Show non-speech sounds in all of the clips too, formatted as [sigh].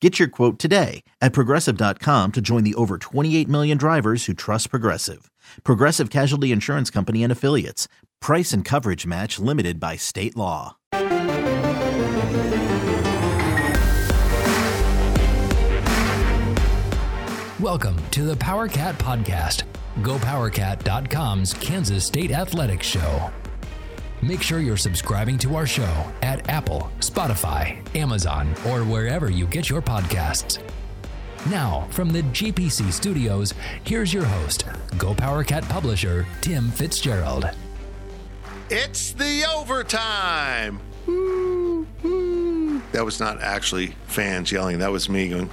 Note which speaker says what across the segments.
Speaker 1: Get your quote today at progressive.com to join the over 28 million drivers who trust Progressive. Progressive Casualty Insurance Company and Affiliates. Price and coverage match limited by state law.
Speaker 2: Welcome to the Power Cat Podcast, GoPowerCat.com's Kansas State Athletics Show. Make sure you're subscribing to our show at Apple, Spotify, Amazon, or wherever you get your podcasts. Now, from the GPC studios, here's your host, GoPowerCat publisher Tim Fitzgerald.
Speaker 3: It's the overtime. Woo, woo. That was not actually fans yelling. That was me going.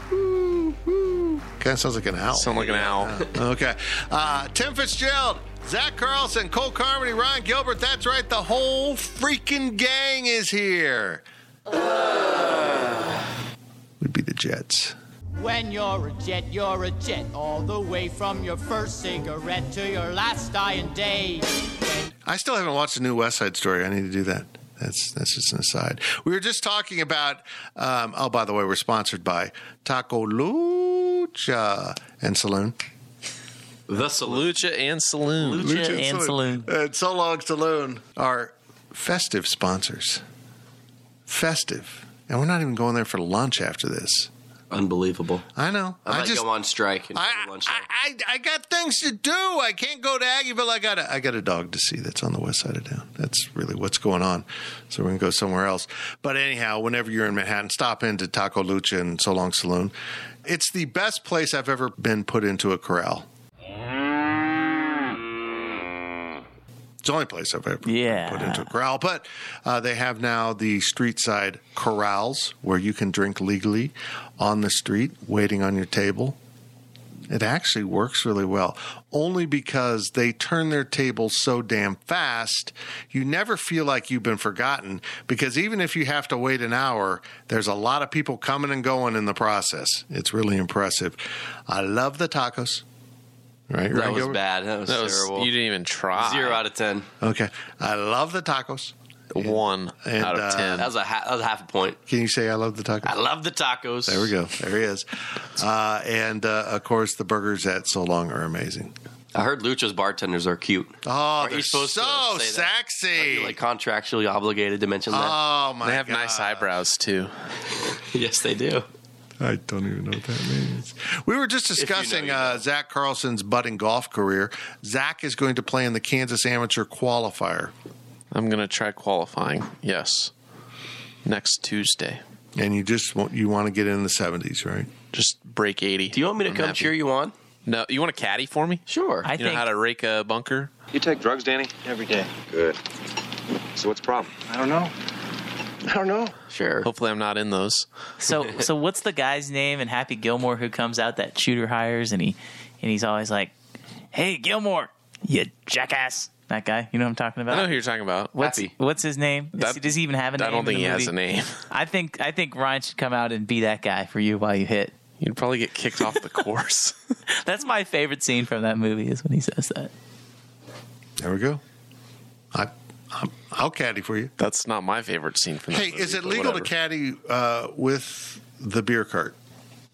Speaker 3: Kind of sounds like an owl.
Speaker 4: Sound like an owl.
Speaker 3: okay. Uh, Tim Fitzgerald, Zach Carlson, Cole Carmody, Ron Gilbert. That's right. The whole freaking gang is here. Would be the Jets.
Speaker 5: When you're a jet, you're a jet, all the way from your first cigarette to your last dying day.
Speaker 3: I still haven't watched the new West Side Story. I need to do that. That's that's just an aside. We were just talking about. Um, oh, by the way, we're sponsored by Taco Lucha and Saloon.
Speaker 4: The Salucha and Saloon.
Speaker 3: Lucha and, Saloon. And So Long Saloon are festive sponsors. Festive. And we're not even going there for lunch after this.
Speaker 4: Unbelievable.
Speaker 3: I know.
Speaker 4: I, might
Speaker 3: just
Speaker 4: go on strike and
Speaker 3: I,
Speaker 4: do
Speaker 3: I,
Speaker 4: lunch time.
Speaker 3: I, I got things to do. I can't go to Aggieville. I got a I got a dog to see that's on the west side of town. That's really what's going on. So we're gonna go somewhere else. But anyhow, whenever you're in Manhattan, stop into Taco Lucha and So Long Saloon. It's the best place I've ever been put into a corral. It's the only place I've ever
Speaker 6: Yeah.
Speaker 3: put into a corral. But uh, they have now the street side corrals where you can drink legally on the street, waiting on your table. It actually works really well, only because they turn their tables so damn fast, you never feel like you've been forgotten. Because even if you have to wait an hour, there's a lot of people coming and going in the process. It's really impressive. I love the tacos. Right?
Speaker 4: That
Speaker 3: Right,
Speaker 4: was
Speaker 3: Gilbert?
Speaker 4: bad. That was
Speaker 7: That was-
Speaker 4: terrible.
Speaker 7: You didn't even try.
Speaker 4: Zero out of ten.
Speaker 3: Okay. I love the tacos.
Speaker 7: one
Speaker 3: And,
Speaker 7: out of
Speaker 3: uh,
Speaker 7: ten.
Speaker 4: That was a ha- that was a half a point.
Speaker 3: Can you say I love the tacos?
Speaker 4: I love the tacos.
Speaker 3: There we go. There he is. Uh, and uh, of course, the burgers at So Long are amazing.
Speaker 4: I heard Lucha's bartenders are cute.
Speaker 3: Oh,
Speaker 4: you
Speaker 3: they're
Speaker 4: supposed to
Speaker 3: so
Speaker 4: say that?
Speaker 3: sexy.
Speaker 4: You're like contractually obligated to mention that.
Speaker 3: oh my!
Speaker 7: they have nice
Speaker 3: God.
Speaker 7: eyebrows too.
Speaker 4: yes, they do.
Speaker 3: I don't even know what that means. We were just
Speaker 4: you know,
Speaker 3: discussing
Speaker 4: you know.
Speaker 3: uh, Zach Carlson's budding golf career. Zach is going to play in the Kansas Amateur Qualifier,
Speaker 7: I'm gonna try qualifying. Yes, next Tuesday.
Speaker 3: and you just want, you want to get in the seventies, right?
Speaker 7: Just break eighty.
Speaker 4: Do you want me to
Speaker 7: I'm
Speaker 4: come
Speaker 7: happy.
Speaker 4: cheer you on?
Speaker 7: No, you want a caddy for me?
Speaker 4: Sure.
Speaker 6: I
Speaker 7: You know
Speaker 6: think
Speaker 7: how to rake a bunker?
Speaker 8: You take drugs, Danny?
Speaker 9: Every day.
Speaker 8: Good. So what's the problem?
Speaker 9: I don't know.
Speaker 8: I don't know.
Speaker 4: sure.
Speaker 7: Hopefully, I'm not in those.
Speaker 6: so. So what's the guy's name in Happy Gilmore who comes out that shooter hires and he and he's always like, "Hey Gilmore, you jackass." That guy, you know what I'm talking
Speaker 7: I know
Speaker 6: about.
Speaker 7: who you're talking about.
Speaker 6: What's
Speaker 4: Happy.
Speaker 6: what's his name? Is-
Speaker 7: That-
Speaker 6: does he even have a name?
Speaker 7: I don't
Speaker 6: in
Speaker 7: think
Speaker 6: the
Speaker 7: he has a
Speaker 6: movie?
Speaker 7: name. [laughs]
Speaker 6: I think I think Ryan should come out and be that guy for you while you hit.
Speaker 7: You'd probably get kicked off the course. [laughs]
Speaker 6: That's my favorite scene from that movie is when he says that.
Speaker 3: There we go. I, I'm, I'll caddy for you.
Speaker 7: That's not my favorite scene from that
Speaker 3: Hey,
Speaker 7: movie,
Speaker 3: is it
Speaker 7: but
Speaker 3: legal to
Speaker 7: whatever.
Speaker 3: caddy uh, with the beer cart?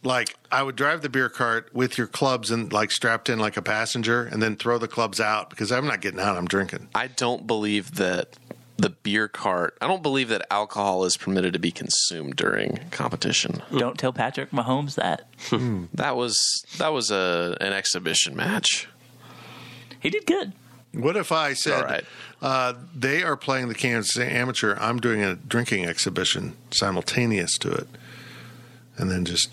Speaker 3: Like, I would drive the beer cart with your clubs and like strapped in like a passenger, and then throw the clubs out because I'm not getting out. I'm drinking.
Speaker 7: I don't believe that the beer cart. I don't believe that alcohol is permitted to be consumed during competition.
Speaker 6: Don't tell Patrick Mahomes that.
Speaker 7: That was that was a an exhibition match.
Speaker 6: He did good.
Speaker 3: What if I said
Speaker 7: All right.
Speaker 3: uh, they are playing the Kansas Amateur? I'm doing a drinking exhibition simultaneous to it, and then just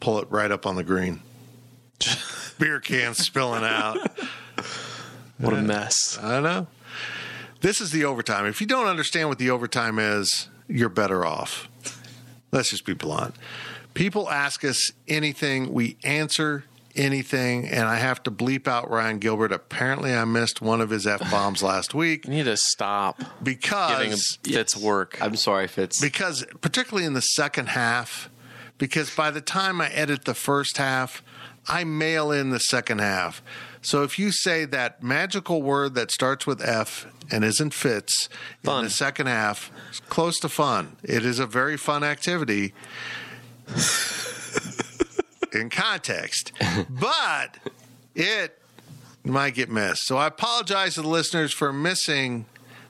Speaker 3: pull it right up on the green. beer cans spilling out.
Speaker 7: What a mess.
Speaker 3: I know. This is the overtime. If you don't understand what the overtime is, you're better off. Let's just be blunt. People ask us anything, we answer anything. And I have to bleep out Ryan Gilbert. Apparently, I missed one of his F bombs last week
Speaker 7: You need to stop giving
Speaker 3: because,
Speaker 7: Fitz work.
Speaker 4: I'm sorry, Fitz.
Speaker 3: because, particularly in the second half, because by the time I edit the first half, I mail in the second half. So if you say that magical word that starts with F and isn't Fitz in
Speaker 7: Fun.
Speaker 3: the second half, it's close to fun. It is a very fun activity in context, but it might get missed. So I apologize to the listeners for missing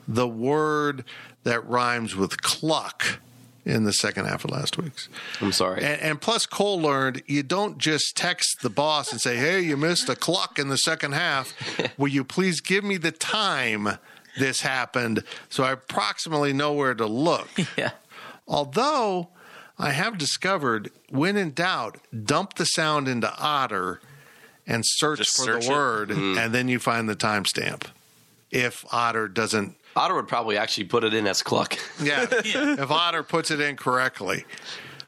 Speaker 3: the word that rhymes with cluck in the second half of last week's.
Speaker 4: I'm sorry.
Speaker 3: And, and plus, Cole learned you don't just text the boss and say, "Hey, you missed a clock in the second half.
Speaker 7: [laughs]
Speaker 3: Will you please give me the time this happened so I approximately know where to
Speaker 7: [laughs]
Speaker 3: look?"
Speaker 6: Yeah.
Speaker 3: Although I have discovered, when in doubt, dump the sound into Otter and search
Speaker 7: Just
Speaker 3: for
Speaker 7: search
Speaker 3: the
Speaker 7: it? Mm-hmm.
Speaker 3: word, and then you find the timestamp. If Otter doesn't
Speaker 4: Otter would probably actually put it in as cluck.
Speaker 6: [laughs]
Speaker 3: yeah, if Otter puts it in correctly.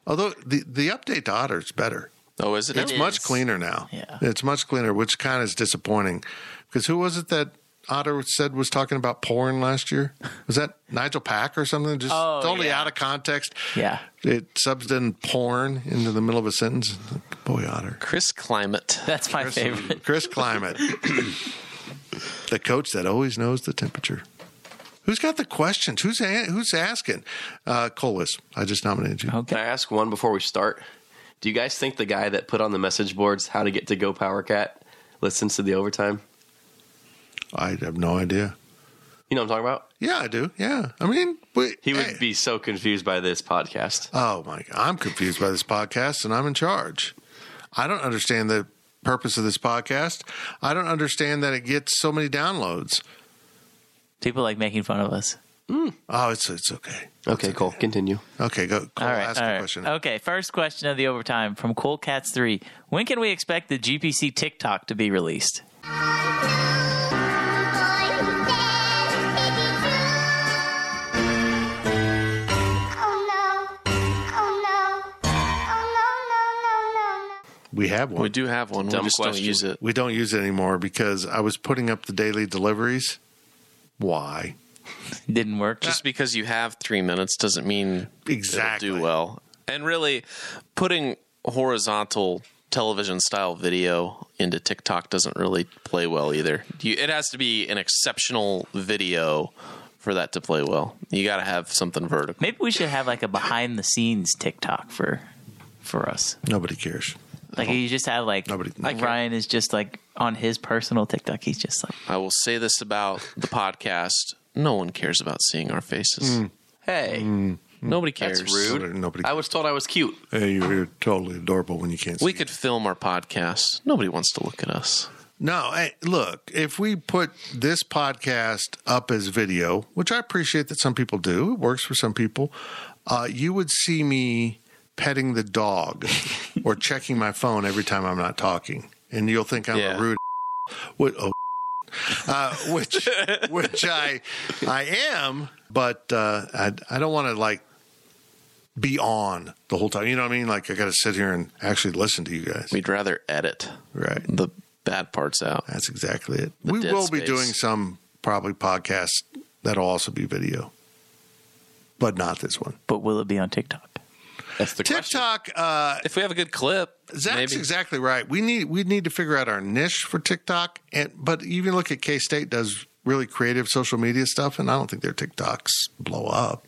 Speaker 3: Although the, the update to Otter is better.
Speaker 7: oh, is it?
Speaker 3: It's
Speaker 7: now?
Speaker 3: much cleaner now.
Speaker 6: Yeah.
Speaker 3: It's much cleaner, which kind of is disappointing. Because who was it that Otter said was talking about porn last year? Was that Nigel Pack or something? Just
Speaker 6: Oh,
Speaker 3: totally
Speaker 6: yeah.
Speaker 3: out of context.
Speaker 6: Yeah.
Speaker 3: It subs in porn into the middle of a sentence. Boy, Otter.
Speaker 7: Chris Climate.
Speaker 6: That's my favorite.
Speaker 3: Chris
Speaker 6: [coughs]
Speaker 3: Climate. the coach that always knows the temperature. Who's got the questions? Who's a- who's asking? Uh, Colas, I just nominated
Speaker 6: Oh.
Speaker 3: you.
Speaker 4: Can I ask one before we start? Do you guys think the guy that put on the message boards how to get to Go Power Cat listens to the overtime?
Speaker 3: I have no idea.
Speaker 4: You know what I'm talking about?
Speaker 3: Yeah, I do. Yeah, I mean, we,
Speaker 4: He
Speaker 3: hey.
Speaker 4: would be so confused by this podcast.
Speaker 3: Oh my god, I'm confused by this podcast and I'm in charge. I don't understand the purpose of this podcast. I don't understand that it gets so many downloads.
Speaker 6: People like making fun of us.
Speaker 3: Oh, it's it's okay.
Speaker 4: Okay, cool. Continue.
Speaker 3: Okay, go Cole,
Speaker 6: All right.
Speaker 3: ask
Speaker 6: all
Speaker 3: a
Speaker 6: right. Oh.
Speaker 3: question.
Speaker 6: Okay. First question of the overtime from Cool Cats 3. When can we expect the GPC TikTok to be released?
Speaker 3: We have
Speaker 7: We
Speaker 3: one.
Speaker 7: do have one. We
Speaker 4: Dumb
Speaker 7: just don't
Speaker 4: question.
Speaker 7: use it.
Speaker 3: We don't use it anymore because I was putting up the daily deliveries. Why?
Speaker 6: Didn't work.
Speaker 3: Uh,
Speaker 7: Just because you have three minutes doesn't mean
Speaker 3: Exactly.
Speaker 7: it'll do well. And really, putting horizontal television style video into TikTok doesn't really play well either. You, it has to be an exceptional video for that to play well. You got to have something vertical.
Speaker 6: Maybe we should have like a behind the scenes TikTok for for us.
Speaker 3: Nobody cares.
Speaker 6: Like you just have like
Speaker 3: Nobody- I
Speaker 6: like
Speaker 3: care.
Speaker 6: Ryan is just like on his personal TikTok. He's just like
Speaker 7: I will say this about the podcast: no one cares about seeing our faces.
Speaker 3: Hmm,
Speaker 4: Hey,
Speaker 3: Mm.
Speaker 7: Nobody
Speaker 4: that's
Speaker 7: cares.
Speaker 4: rude.
Speaker 3: Nobody-
Speaker 4: I was told I was cute.
Speaker 3: Hey, you're, you're totally adorable when you can't.
Speaker 7: We
Speaker 3: see
Speaker 7: could film our podcast. Nobody wants to look at us.
Speaker 3: No, hey, look, if we put this podcast up as video, which I appreciate that some people do, it works for some people, uh, you would see me petting the dog or checking my phone every time I'm not talking. And you'll think I'm
Speaker 7: Yeah.
Speaker 3: a rude. [laughs] What, oh, [laughs] uh, which which I I am, but uh, I I don't want to like be on the whole time. You know what I mean? Like I got to sit here and actually listen to you guys.
Speaker 7: We'd rather edit
Speaker 3: Right.
Speaker 7: the bad parts out.
Speaker 3: That's exactly it.
Speaker 7: The
Speaker 3: we
Speaker 7: dead
Speaker 3: will be
Speaker 7: space.
Speaker 3: doing some probably podcasts that'll also be video, but not this one.
Speaker 6: but will it be on TikTok?
Speaker 4: That's the question.
Speaker 3: TikTok, uh,
Speaker 7: If we have a good clip,
Speaker 3: Zach's
Speaker 7: maybe.
Speaker 3: exactly right. We need we need to figure out our niche for TikTok, and but even look at K State does really creative social media stuff, and I don't think their TikToks blow up.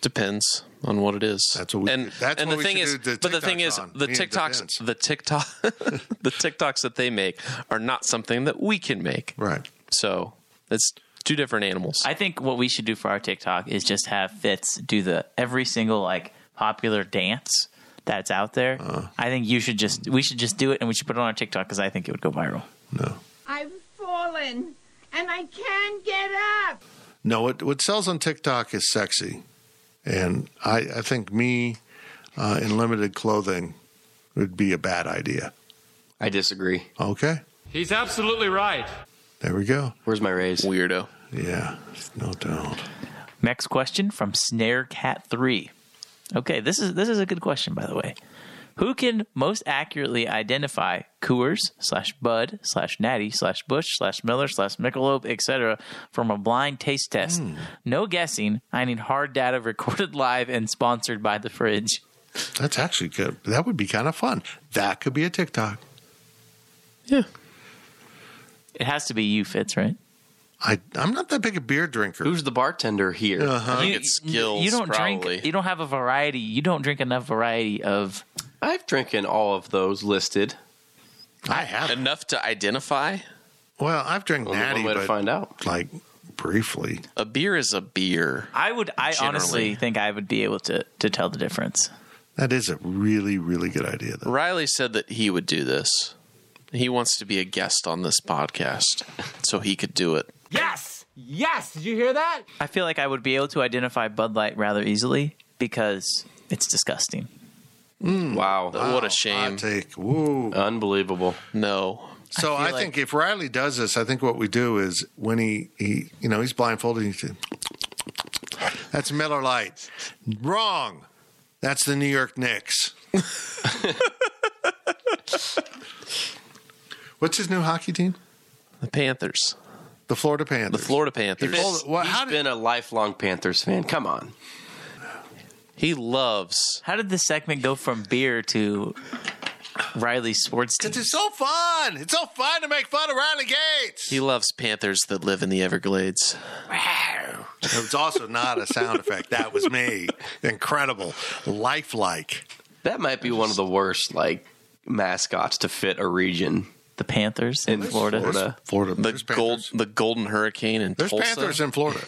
Speaker 7: depends on what it is.
Speaker 3: That's what we-
Speaker 7: and
Speaker 3: that's
Speaker 7: and
Speaker 3: what
Speaker 7: the
Speaker 3: we
Speaker 7: thing
Speaker 3: should
Speaker 7: is,
Speaker 3: do the
Speaker 7: but the thing
Speaker 3: TikToks
Speaker 7: is,
Speaker 3: on.
Speaker 7: the
Speaker 3: Me and depends.
Speaker 7: TikToks, the TikTok, [laughs] the TikToks that they make are not something that we can make.
Speaker 3: Right.
Speaker 7: So it's two different animals.
Speaker 6: I think what we should do for our TikTok is just have Fitz do the every single like popular dance that's out there. I think you should just we should just do it and we should put it on our TikTok because I think it would go viral.
Speaker 3: No.
Speaker 9: I've fallen and I can't get up.
Speaker 3: No, what what sells on TikTok is sexy, and I I think me uh, in limited clothing would be a bad idea.
Speaker 4: I disagree.
Speaker 3: Okay,
Speaker 10: He's absolutely right.
Speaker 3: there we go.
Speaker 4: Where's my raise?
Speaker 7: Weirdo.
Speaker 3: Yeah, no doubt.
Speaker 6: Next question from Snare Cat Three. Okay, this is this is a good question by the way. Who can most accurately identify Coors slash Bud slash Natty slash Bush slash Miller slash Michelob etc. from a blind taste test? No guessing. I need hard data recorded live and sponsored by the fridge.
Speaker 3: That's actually good. That would be kind of fun. That could be a TikTok.
Speaker 7: Yeah.
Speaker 6: It has to be you, Fitz, right?
Speaker 3: I I'm not that big a beer drinker.
Speaker 4: Who's the bartender here?
Speaker 3: Uh-huh.
Speaker 7: I think it's skills.
Speaker 6: you don't
Speaker 7: probably.
Speaker 6: drink. You don't have a variety. You don't drink enough variety of.
Speaker 4: I've drinking all of those listed.
Speaker 3: I have.
Speaker 7: enough to identify.
Speaker 3: Well, I've drank
Speaker 4: Only
Speaker 3: natty,
Speaker 4: one way to
Speaker 3: but
Speaker 4: find out.
Speaker 3: like briefly.
Speaker 7: A beer is a beer.
Speaker 6: I would. I
Speaker 7: Generally.
Speaker 6: honestly think I would be able to to tell the difference.
Speaker 3: That is a really really good idea though.
Speaker 7: Riley said that he would do this. He wants to be a guest on this podcast, so he could do it.
Speaker 5: Yes! Yes! Did you hear that?
Speaker 6: I feel like I would be able to identify Bud Light rather easily because it's disgusting.
Speaker 4: Wow.
Speaker 7: What a
Speaker 3: Hot
Speaker 7: shame.
Speaker 3: take. Woo.
Speaker 4: Unbelievable.
Speaker 7: No.
Speaker 3: So I, think if Riley does this, I think what we do is when he, he you know, he's blindfolded. He says, That's Miller Lite. Wrong. That's the New York Knicks. What's his new hockey team?
Speaker 7: The Panthers.
Speaker 3: The Florida Panthers.
Speaker 7: The Florida Panthers.
Speaker 3: Hold it. Well,
Speaker 4: He's
Speaker 3: how did-
Speaker 4: been a lifelong Panthers fan. Come on.
Speaker 7: He loves.
Speaker 6: How did this segment go from beer to Riley Swartz?
Speaker 3: Because it's so fun. It's so fun to make fun of Riley Gates.
Speaker 7: He loves Panthers that live in the Everglades.
Speaker 3: It was also not a sound effect. That was me. Incredible. Lifelike.
Speaker 4: That might be one of the worst like mascots to fit a region
Speaker 6: The Panthers
Speaker 4: in
Speaker 6: in Florida.
Speaker 4: Florida.
Speaker 3: Florida.
Speaker 7: The
Speaker 3: There's
Speaker 7: gold,
Speaker 3: Panthers.
Speaker 7: the Golden Hurricane in
Speaker 3: There's
Speaker 7: Tulsa.
Speaker 3: Panthers in Florida.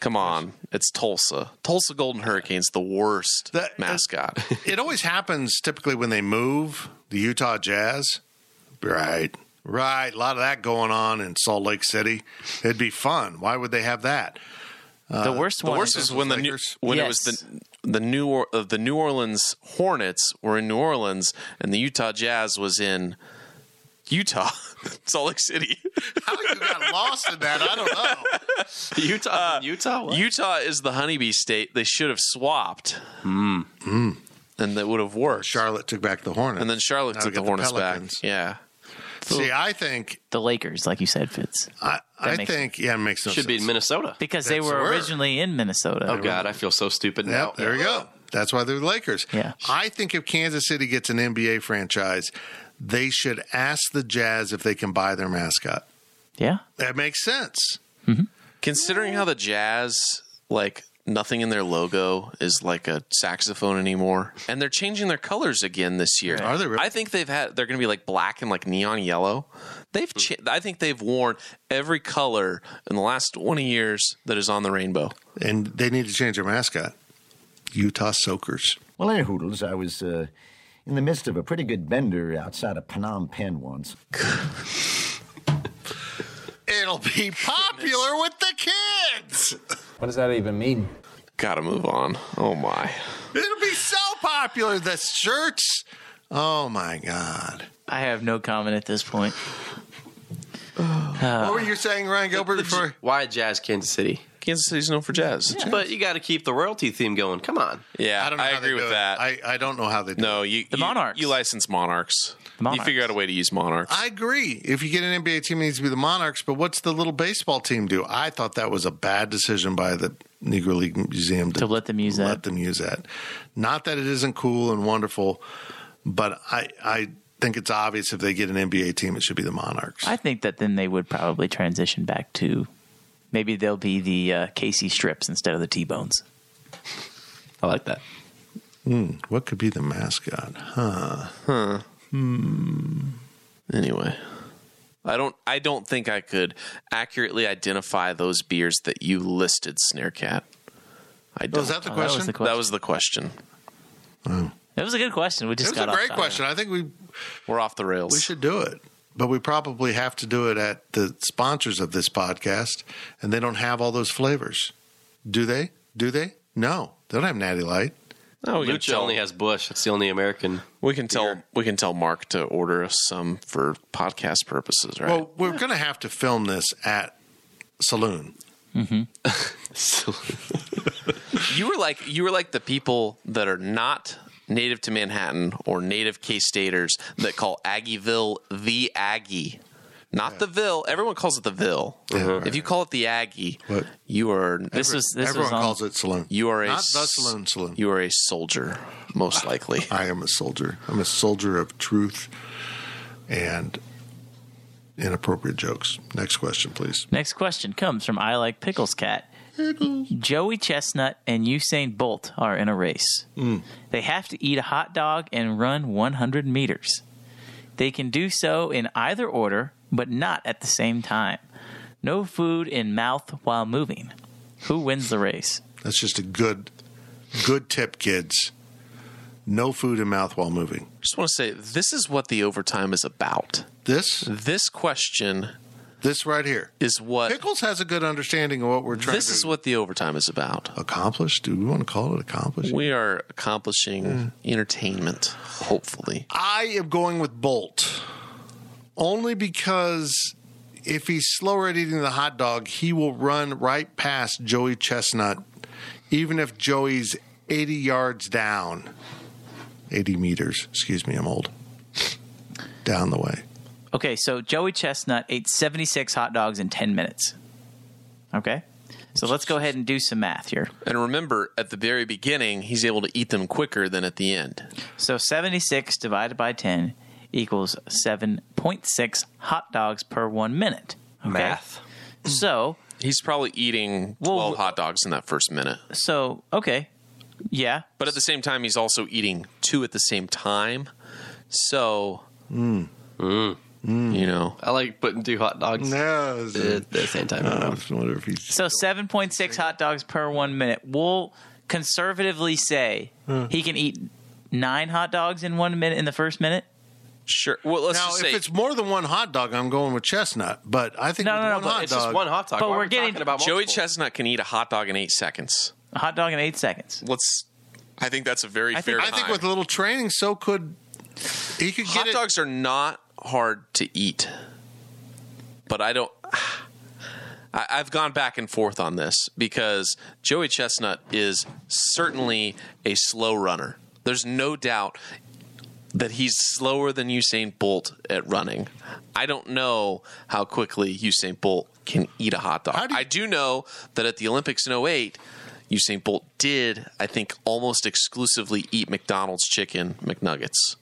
Speaker 7: Come on, it's Tulsa. Tulsa Golden Hurricane's the worst
Speaker 3: That- [laughs]
Speaker 7: mascot.
Speaker 3: it always happens typically when they move the Utah Jazz. Right. Right. A lot of that going on in Salt Lake City. It'd be fun. Why would they have that? Uh,
Speaker 6: the worst
Speaker 7: the
Speaker 6: one.
Speaker 7: worst is when the new,
Speaker 3: Lakers?
Speaker 7: when
Speaker 6: Yes.
Speaker 7: it was the the new or, uh, the New Orleans Hornets were in New Orleans and the Utah Jazz was in Utah, [laughs] Salt
Speaker 3: [laughs]
Speaker 7: Lake City.
Speaker 3: How you got lost in that? I don't know.
Speaker 4: Utah, Utah. What?
Speaker 7: Uh, Utah is the honeybee state. They should have swapped,
Speaker 3: Hmm.
Speaker 7: and that would have worked.
Speaker 3: Charlotte took back the Hornets.
Speaker 7: and then Charlotte
Speaker 3: Now we
Speaker 7: took
Speaker 3: get
Speaker 7: the Hornets back.
Speaker 3: Pelicans.
Speaker 7: Yeah,
Speaker 3: See, I think,
Speaker 6: the Lakers, like you said, Fitz,
Speaker 3: I, I
Speaker 6: makes
Speaker 3: think, yeah, it makes no
Speaker 4: Should be
Speaker 3: sense.
Speaker 4: in Minnesota.
Speaker 6: because they
Speaker 3: That's
Speaker 6: were
Speaker 3: where-
Speaker 6: originally in Minnesota.
Speaker 4: Oh God, I feel so stupid
Speaker 3: Yep,
Speaker 4: now.
Speaker 3: there you go. That's why they're the Lakers.
Speaker 6: Yeah.
Speaker 3: I think if Kansas City gets an NBA franchise, they should ask the Jazz if they can buy their mascot.
Speaker 6: Yeah,
Speaker 3: That makes sense.
Speaker 7: considering how the Jazz like nothing in their logo is like a saxophone anymore, and they're changing their colors again this year.
Speaker 3: Are they really?
Speaker 7: I think they've had they're going to be like black and like neon yellow. They've cha- I think they've worn every color in the last twenty years that is on the rainbow.
Speaker 3: And they need to change their mascot. Utah Soakers.
Speaker 10: Well, in Hoodles, I was uh, in the midst of a pretty good bender outside of Phnom Penh once.
Speaker 3: [laughs] It'll be popular with the kids.
Speaker 11: What does that even mean?
Speaker 7: Got to move on. Oh my!
Speaker 3: It'll be so popular. The shirts. Oh my God.
Speaker 6: I have no comment at this point.
Speaker 7: Uh,
Speaker 3: what were you saying, Ryan Gilbert? Before?
Speaker 4: Why Jazz Kansas City?
Speaker 7: Kansas City's known for jazz. Yeah,
Speaker 4: But you got to keep the royalty theme going. Come on.
Speaker 3: I don't know.
Speaker 7: I,
Speaker 3: how they
Speaker 7: agree with
Speaker 3: do it.
Speaker 7: that.
Speaker 3: I, I don't know how they do. it.
Speaker 7: no, you the
Speaker 6: Monarchs.
Speaker 7: You, license monarchs.
Speaker 6: Monarchs.
Speaker 7: You figure out a way to use monarchs.
Speaker 3: I agree. If you get an NBA team, it needs to be the Monarchs. But what's the little baseball team do? I thought that was a bad decision by the Negro League Museum
Speaker 6: To let them use that.
Speaker 3: Let them use that. Not that it isn't cool and wonderful, but I I think it's obvious if they get an NBA team, it should be the Monarchs.
Speaker 6: I think that then they would probably transition back to maybe they'll be the uh, Casey strips instead of the T bones.
Speaker 4: I like that.
Speaker 3: Hmm, what could be the mascot? Huh?
Speaker 7: Anyway, I don't I don't think I could accurately identify those beers that you listed, Snarecat. I don't.
Speaker 3: Was that the
Speaker 6: Oh,
Speaker 3: question?
Speaker 6: That was the
Speaker 7: That
Speaker 6: question.
Speaker 7: was the question.
Speaker 6: That was a good question. We
Speaker 3: it
Speaker 6: just
Speaker 3: was
Speaker 6: got
Speaker 3: a great
Speaker 6: off topic.
Speaker 3: question. I think we
Speaker 7: We're off the rails.
Speaker 3: we should do it. But we probably have to do it at the sponsors of this podcast, and they don't have all those flavors. Do they? Do they? No, they don't have Natty Light.
Speaker 7: No, Oh, we can
Speaker 4: Lucha
Speaker 7: tell,
Speaker 4: only has Bush. That's the only American.
Speaker 7: we can tell we can tell Mark to order us some for podcast purposes, right?
Speaker 3: Well, we're going to have to film this at Saloon.
Speaker 7: you were like you were like the people that are not native to Manhattan or native K Staters that call Aggieville the Aggie. Not the Ville. Everyone calls it the Ville. If you call it the Aggie, you are
Speaker 6: This was- this
Speaker 3: Everyone
Speaker 6: was on-
Speaker 3: calls it saloon.
Speaker 7: you are a
Speaker 3: Not the
Speaker 7: s-
Speaker 3: saloon saloon.
Speaker 7: You are a soldier, most likely.
Speaker 3: I am a soldier. I'm a soldier of truth and inappropriate jokes. Next question, please.
Speaker 6: Next question comes from I Like Pickles Cat. Joey Chestnut and Usain Bolt are in a race. They have to eat a hot dog and run 100 meters. They can do so in either order, but not at the same time. No food in mouth while moving. Who wins the race?
Speaker 3: That's just a good, good tip, kids. No food in mouth while moving.
Speaker 7: just want to say this is what the overtime is about.
Speaker 3: This,
Speaker 7: This question
Speaker 3: this right here.
Speaker 7: is what
Speaker 3: Pickles has a good understanding of what we're trying
Speaker 7: this
Speaker 3: to
Speaker 7: is what the overtime is about.
Speaker 3: accomplish. Do we want to call it accomplish?
Speaker 7: We are accomplishing entertainment, hopefully.
Speaker 3: I am going with Bolt only because if he's slower at eating the hot dog, he will run right past Joey Chestnut, even if Joey's 80 yards down, 80 meters, excuse me, I'm old, down the way.
Speaker 6: Okay, so Joey Chestnut ate 76 hot dogs in 10 minutes. Okay? So let's go ahead and do some math here.
Speaker 7: And remember, at the very beginning, he's able to eat them quicker than at the end.
Speaker 6: So 76 divided by 10 equals 7.6 hot dogs per one minute. Okay?
Speaker 4: Math.
Speaker 6: So,
Speaker 7: He's probably eating
Speaker 6: Well,
Speaker 7: 12 hot dogs in that first minute.
Speaker 6: so, okay. Yeah.
Speaker 7: But at the same time, he's also eating two at the same time. So, Hmm. you know,
Speaker 4: I like putting two hot dogs
Speaker 3: No, it's-
Speaker 4: at the same time.
Speaker 3: I just wonder if he's.
Speaker 6: So 7.6 hot dogs per one minute. We'll conservatively say
Speaker 7: Hmm.
Speaker 6: he can eat nine hot dogs in one minute in the first minute.
Speaker 7: sure. Well, let's
Speaker 3: Now,
Speaker 7: just
Speaker 3: if
Speaker 7: say
Speaker 3: it's more than one hot dog, I'm going with Chestnut, but I think
Speaker 6: No,
Speaker 3: with
Speaker 6: no, no,
Speaker 3: one
Speaker 6: but
Speaker 3: hot
Speaker 4: It's
Speaker 3: dog,
Speaker 4: just one hot dog.
Speaker 6: But
Speaker 4: Why are
Speaker 6: we're
Speaker 4: we
Speaker 6: getting-
Speaker 4: talking about
Speaker 7: Joey
Speaker 4: multiple?
Speaker 7: Chestnut can eat a hot dog in eight seconds.
Speaker 6: A hot dog in eight seconds.
Speaker 7: Let's. I think that's a very
Speaker 6: I think-
Speaker 7: fair.
Speaker 3: I think
Speaker 7: time.
Speaker 3: with a little training, so could he could
Speaker 7: hot
Speaker 3: get it.
Speaker 7: dogs are not hard to eat, but I don't. I, I've gone back and forth on this because Joey Chestnut is certainly a slow runner. There's no doubt that he's slower than Usain Bolt at running. I don't know how quickly Usain Bolt can eat a hot dog.
Speaker 3: do you-
Speaker 7: I do know that at the Olympics in 08, Usain Bolt did, I think, almost exclusively eat McDonald's chicken McNuggets.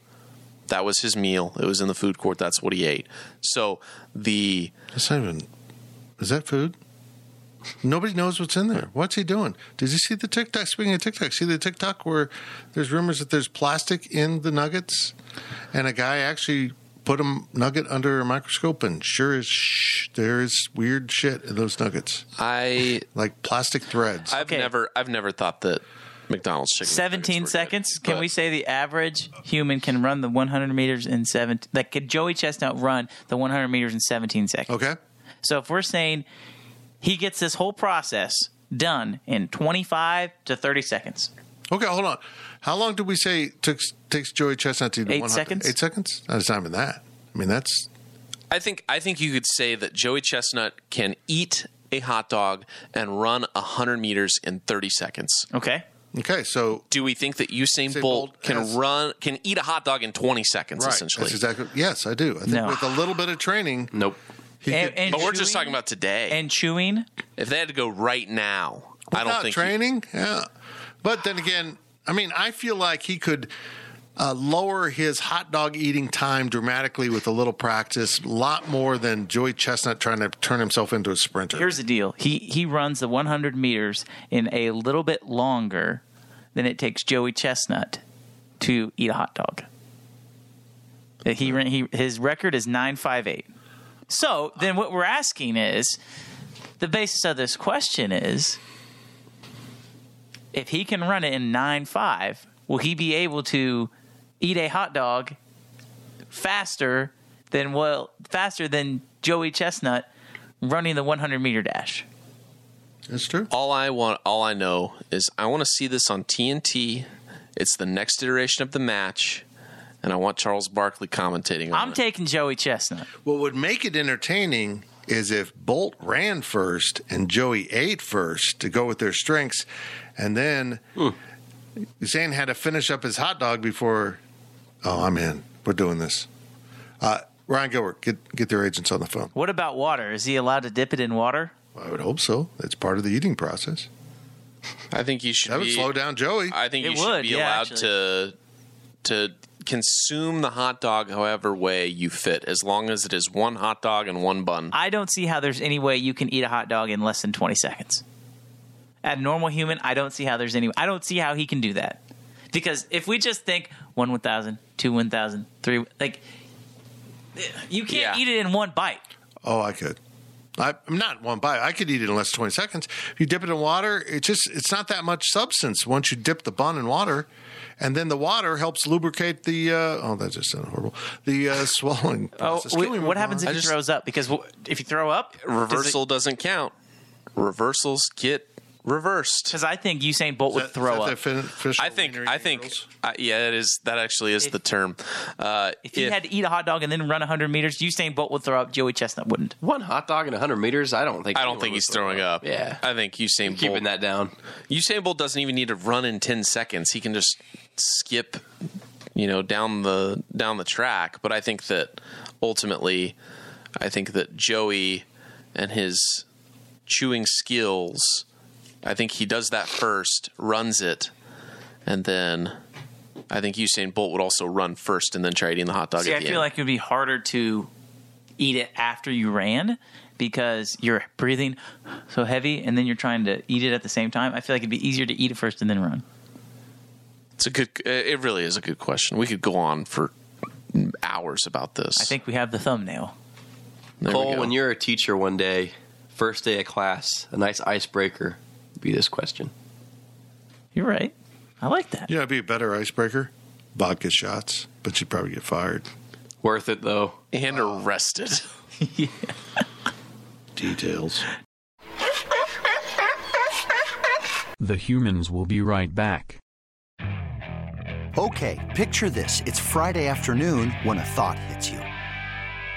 Speaker 7: That was his meal. It was in the food court. That's what he ate. So the
Speaker 3: That's not even. Is that food? Nobody knows what's in there. What's he doing? Did you see the TikTok? Speaking of TikTok, see the TikTok where there's rumors that there's plastic in the nuggets, and a guy actually put a m- nugget under a microscope, and sure as shh, there is weird shit in those nuggets,
Speaker 7: I
Speaker 3: like plastic threads.
Speaker 7: I've
Speaker 6: Okay.
Speaker 7: never I've never thought that McDonald's chicken. nuggets
Speaker 6: 17
Speaker 7: were good,
Speaker 6: seconds. Can
Speaker 7: but
Speaker 6: we say the average human can run the 100 meters in 17? Like, could Joey Chestnut run the 100 meters in 17 seconds?
Speaker 3: okay,
Speaker 6: So if we're saying he gets this whole process done in 25 to 30 seconds,
Speaker 3: okay, hold on. How long did we say took, takes Joey Chestnut to do
Speaker 6: Eight
Speaker 3: 100?
Speaker 6: seconds?
Speaker 3: Eight seconds? That's not even that. I mean, that's
Speaker 7: I think I think you could say that Joey Chestnut can eat a hot dog and run 100 meters in 30 seconds.
Speaker 6: okay?
Speaker 3: okay. So
Speaker 7: Do we think that Usain
Speaker 3: Usain
Speaker 7: Bolt,
Speaker 3: Bolt
Speaker 7: can
Speaker 3: has-
Speaker 7: run can eat a hot dog in 20 seconds
Speaker 3: right,
Speaker 7: essentially?
Speaker 3: that's exactly. Yes, I do. I think
Speaker 6: No.
Speaker 3: with a little bit of training,
Speaker 4: Nope.
Speaker 3: he
Speaker 6: And-
Speaker 3: could-
Speaker 6: and
Speaker 7: but we're just
Speaker 6: chewing-
Speaker 7: talking about today.
Speaker 6: And chewing,
Speaker 7: if they had to go right now, I don't
Speaker 3: Without
Speaker 7: think you-
Speaker 3: training. yeah, but then again, I mean, I feel like he could uh, lower his hot dog eating time dramatically with a little practice, a lot more than Joey Chestnut trying to turn himself into a sprinter.
Speaker 6: here's the deal. He he runs the 100 meters in a little bit longer than it takes Joey Chestnut to eat a hot dog. That He, ran- he his record is 958. So, then what we're asking is the basis of this question is if he can run it in 9.5, will he be able to eat a hot dog faster than well faster than Joey Chestnut running the 100 meter dash?
Speaker 3: That's true.
Speaker 7: all I want, all I know is I want to see this on TNT. It's the next iteration of the match, and I want Charles Barkley commentating on
Speaker 6: I'm
Speaker 7: it.
Speaker 6: taking Joey Chestnut.
Speaker 3: What would make it entertaining is if Bolt ran first and Joey ate first to go with their strengths, and then Zane had to finish up his hot dog before. Oh, I'm in. We're doing this. Uh, Ryan Gilbert, get get their agents on the phone.
Speaker 6: What about water? Is he allowed to dip it in water?
Speaker 3: I would hope so. That's part of the eating process.
Speaker 7: I think you should
Speaker 3: That would
Speaker 7: be-
Speaker 3: slow down Joey.
Speaker 7: I think
Speaker 6: It
Speaker 7: you should
Speaker 6: would,
Speaker 7: be
Speaker 6: yeah,
Speaker 7: allowed
Speaker 6: actually.
Speaker 7: to to consume the hot dog however way you fit, as long as it is one hot dog and one bun.
Speaker 6: I don't see how there's any way you can eat a hot dog in less than 20 seconds. At normal human, I don't see how there's any. I don't see how he can do that. Because if we just think one 1,000, two 1,000, three, like, you
Speaker 7: Yeah.
Speaker 6: can't eat it in one bite.
Speaker 3: Oh, I could. I, I'm not one bite. I could eat it in less than 20 seconds. If you dip it in water, it just it's not that much substance once you dip the bun in water, and then the water helps lubricate the. Uh, oh, that just sounded horrible. The uh, [laughs] swallowing.
Speaker 6: Oh,
Speaker 3: process.
Speaker 6: wait,
Speaker 3: Can we move
Speaker 6: what happens
Speaker 3: on?
Speaker 6: if he throws up? Because w- if you throw up,
Speaker 7: Reversal does not count. Reversals get reversed.
Speaker 6: because I think Usain Bolt
Speaker 3: Is
Speaker 6: would
Speaker 3: that-
Speaker 6: throw
Speaker 3: is
Speaker 6: up.
Speaker 3: that the fin- official
Speaker 7: I think.
Speaker 3: wiener
Speaker 7: I
Speaker 3: eating
Speaker 7: think.
Speaker 3: rules?
Speaker 7: I, yeah, that is. That actually is the term. Uh,
Speaker 6: if he had to eat a hot dog and then run 100 meters, Usain Bolt would throw up. Joey Chestnut wouldn't.
Speaker 4: One hot dog in 100 meters? I don't think
Speaker 7: I don't
Speaker 4: anyone
Speaker 7: think
Speaker 4: would
Speaker 7: he's
Speaker 4: throw
Speaker 7: throwing up.
Speaker 4: Yeah.
Speaker 7: I think Usain
Speaker 4: Keeping
Speaker 7: Bolt.
Speaker 4: that down.
Speaker 7: Usain Bolt doesn't even need to run in ten seconds. He can just skip, you know, down the down the track. But I think that ultimately, I think that Joey and his chewing skills. I think he does that first, runs it, and then I think Usain Bolt would also run first and then try eating the hot dog
Speaker 6: See,
Speaker 7: at
Speaker 6: I
Speaker 7: the
Speaker 6: feel
Speaker 7: end.
Speaker 6: like it would be harder to eat it after you ran because you're breathing so heavy and then you're trying to eat it at the same time. I feel like it'd be easier to eat it first and then run.
Speaker 7: it's a good. It really is a good question. We could go on for hours about this.
Speaker 6: I think we have the thumbnail.
Speaker 7: There we
Speaker 4: Cole,
Speaker 7: go.
Speaker 4: when you're a teacher one day, first day of class, a nice icebreaker would be this question.
Speaker 6: You're right. I like that.
Speaker 3: You know, it'd be a better icebreaker. Vodka shots, but you'd probably get fired.
Speaker 4: Worth it though.
Speaker 7: and arrested.
Speaker 3: Details.
Speaker 11: The humans will be right back.
Speaker 12: Okay, picture this. It's Friday afternoon when a thought hits you.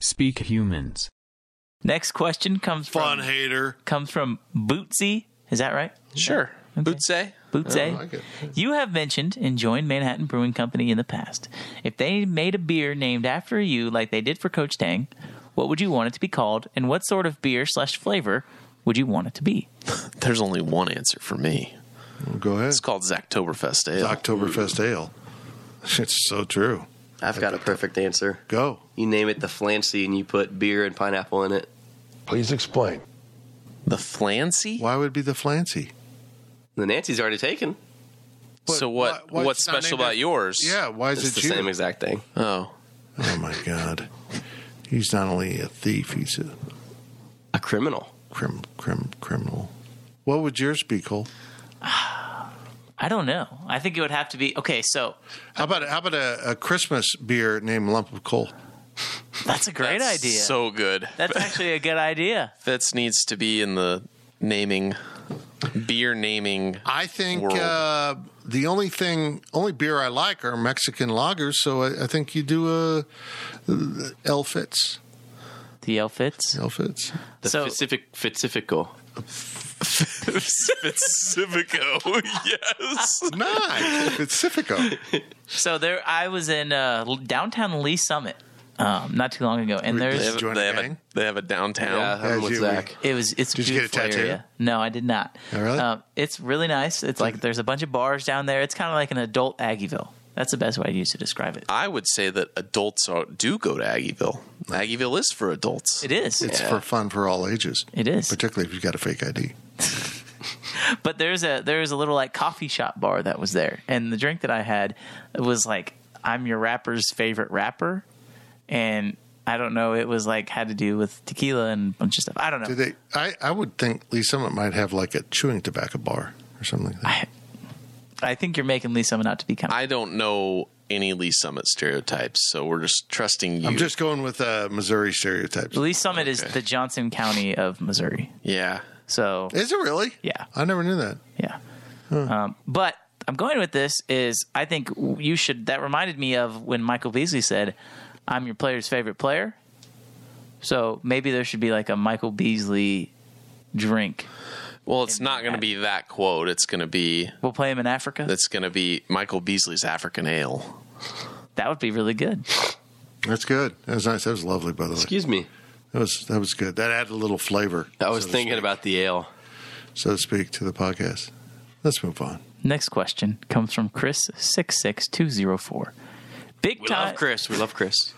Speaker 11: Speak humans.
Speaker 6: Next question comes
Speaker 3: Fun
Speaker 6: from
Speaker 3: hater.
Speaker 6: comes from Bootsy. Is that right?
Speaker 7: [laughs] Sure. Bootsay.
Speaker 6: Bootsy.
Speaker 3: I like it.
Speaker 6: eh? You have mentioned enjoying Manhattan Brewing Company in the past. If they made a beer named after you, like they did for Coach Tang, what would you want it to be called, and what sort of beer slash flavor would you want it to be?
Speaker 7: There's only one answer for me.
Speaker 3: Well, go ahead.
Speaker 7: It's called eh?
Speaker 3: It's
Speaker 7: Zachtoberfest Ale.
Speaker 3: Oktoberfest ale. [laughs] It's so true.
Speaker 4: I've got a perfect answer.
Speaker 3: Go.
Speaker 4: You name it the Flancy and you put beer and pineapple in it.
Speaker 8: Please explain.
Speaker 7: the Flancy?
Speaker 3: Why would it be the Flancy?
Speaker 4: The Nancy's already taken.
Speaker 3: But
Speaker 7: so what?
Speaker 3: why- why
Speaker 7: what's
Speaker 3: it's not
Speaker 7: special
Speaker 3: named
Speaker 7: about
Speaker 3: after-
Speaker 7: yours?
Speaker 3: Yeah, why is
Speaker 4: It's
Speaker 3: it
Speaker 4: the
Speaker 3: you? [laughs]
Speaker 4: same exact thing.
Speaker 7: Oh,
Speaker 3: Oh my God. He's not only a thief, he's a
Speaker 4: A criminal.
Speaker 3: crim, crim, criminal. What would yours be, Cole?
Speaker 6: I don't know. I think it would have to be okay. So
Speaker 3: How about how about a, a Christmas beer named Lump of Coal?
Speaker 6: that's a great
Speaker 7: that's
Speaker 6: idea.
Speaker 7: So good. [laughs]
Speaker 6: that's actually a good idea.
Speaker 7: That needs to be in the naming beer naming.
Speaker 3: I think
Speaker 7: World.
Speaker 3: uh, the only thing, only beer I like are Mexican lagers. So I, I think you do a L Fitz.
Speaker 6: The L Fitz.
Speaker 3: L Fitz.
Speaker 4: The so, Pacific Fitzifico.
Speaker 7: Pacifico. yes.
Speaker 3: Nice. Pacifico.
Speaker 6: So there, I was in uh, downtown Lee Summit um, not too long ago, and
Speaker 7: They
Speaker 6: there's
Speaker 7: have, a- they have a, they have a downtown.
Speaker 6: Yeah, I'm with Zach. It was it's
Speaker 7: Did you get a
Speaker 6: beautiful
Speaker 7: tattoo?
Speaker 6: area. No, I did not.
Speaker 7: Oh, really?
Speaker 6: Um, it's really nice. It's like there's a bunch of bars down there. It's kind of like an adult Aggieville. That's the best way I use to describe it.
Speaker 7: I would say that adults are, do go to Aggieville. Aggieville is for adults.
Speaker 6: It is.
Speaker 3: It's
Speaker 6: Yeah.
Speaker 3: for fun for all ages.
Speaker 6: It is.
Speaker 3: Particularly if you've got a fake ID.
Speaker 6: But there's a there's a little like coffee shop bar that was there, and the drink that I had was like I'm your rapper's favorite rapper, and I don't know. It was like had to do with tequila and a bunch of stuff. I don't know.
Speaker 3: Do they? I, I would think Lee Summit might have like a chewing tobacco bar or something like that.
Speaker 6: I think you're making Lee Summit out to be kind
Speaker 7: I don't know any Lee Summit stereotypes, so we're just trusting you.
Speaker 3: I'm just going with uh, Missouri stereotypes.
Speaker 6: Lee Summit is the Johnson County of Missouri.
Speaker 7: Yeah.
Speaker 6: So
Speaker 3: Is it really?
Speaker 6: Yeah.
Speaker 3: I never knew that.
Speaker 6: Yeah. Um, but I'm going with this is I think you should. That reminded me of when Michael Beasley said, "I'm your player's favorite player." So maybe there should be like a Michael Beasley drink.
Speaker 7: Well, it's not going to be that quote. It's going to be.
Speaker 6: We'll play him in Africa.
Speaker 7: That's going to be Michael Beasley's African Ale.
Speaker 6: That would be really good.
Speaker 3: That's good. That was nice. That was lovely, by the way.
Speaker 4: Excuse me.
Speaker 3: That was that was good. That added a little flavor.
Speaker 4: I was
Speaker 3: so to
Speaker 4: thinking about the ale.
Speaker 3: speak- so to speak, to the podcast. Let's move on.
Speaker 6: Next question comes from Chris six six two zero four. Big
Speaker 4: We
Speaker 6: time.
Speaker 4: love Chris. We love Chris.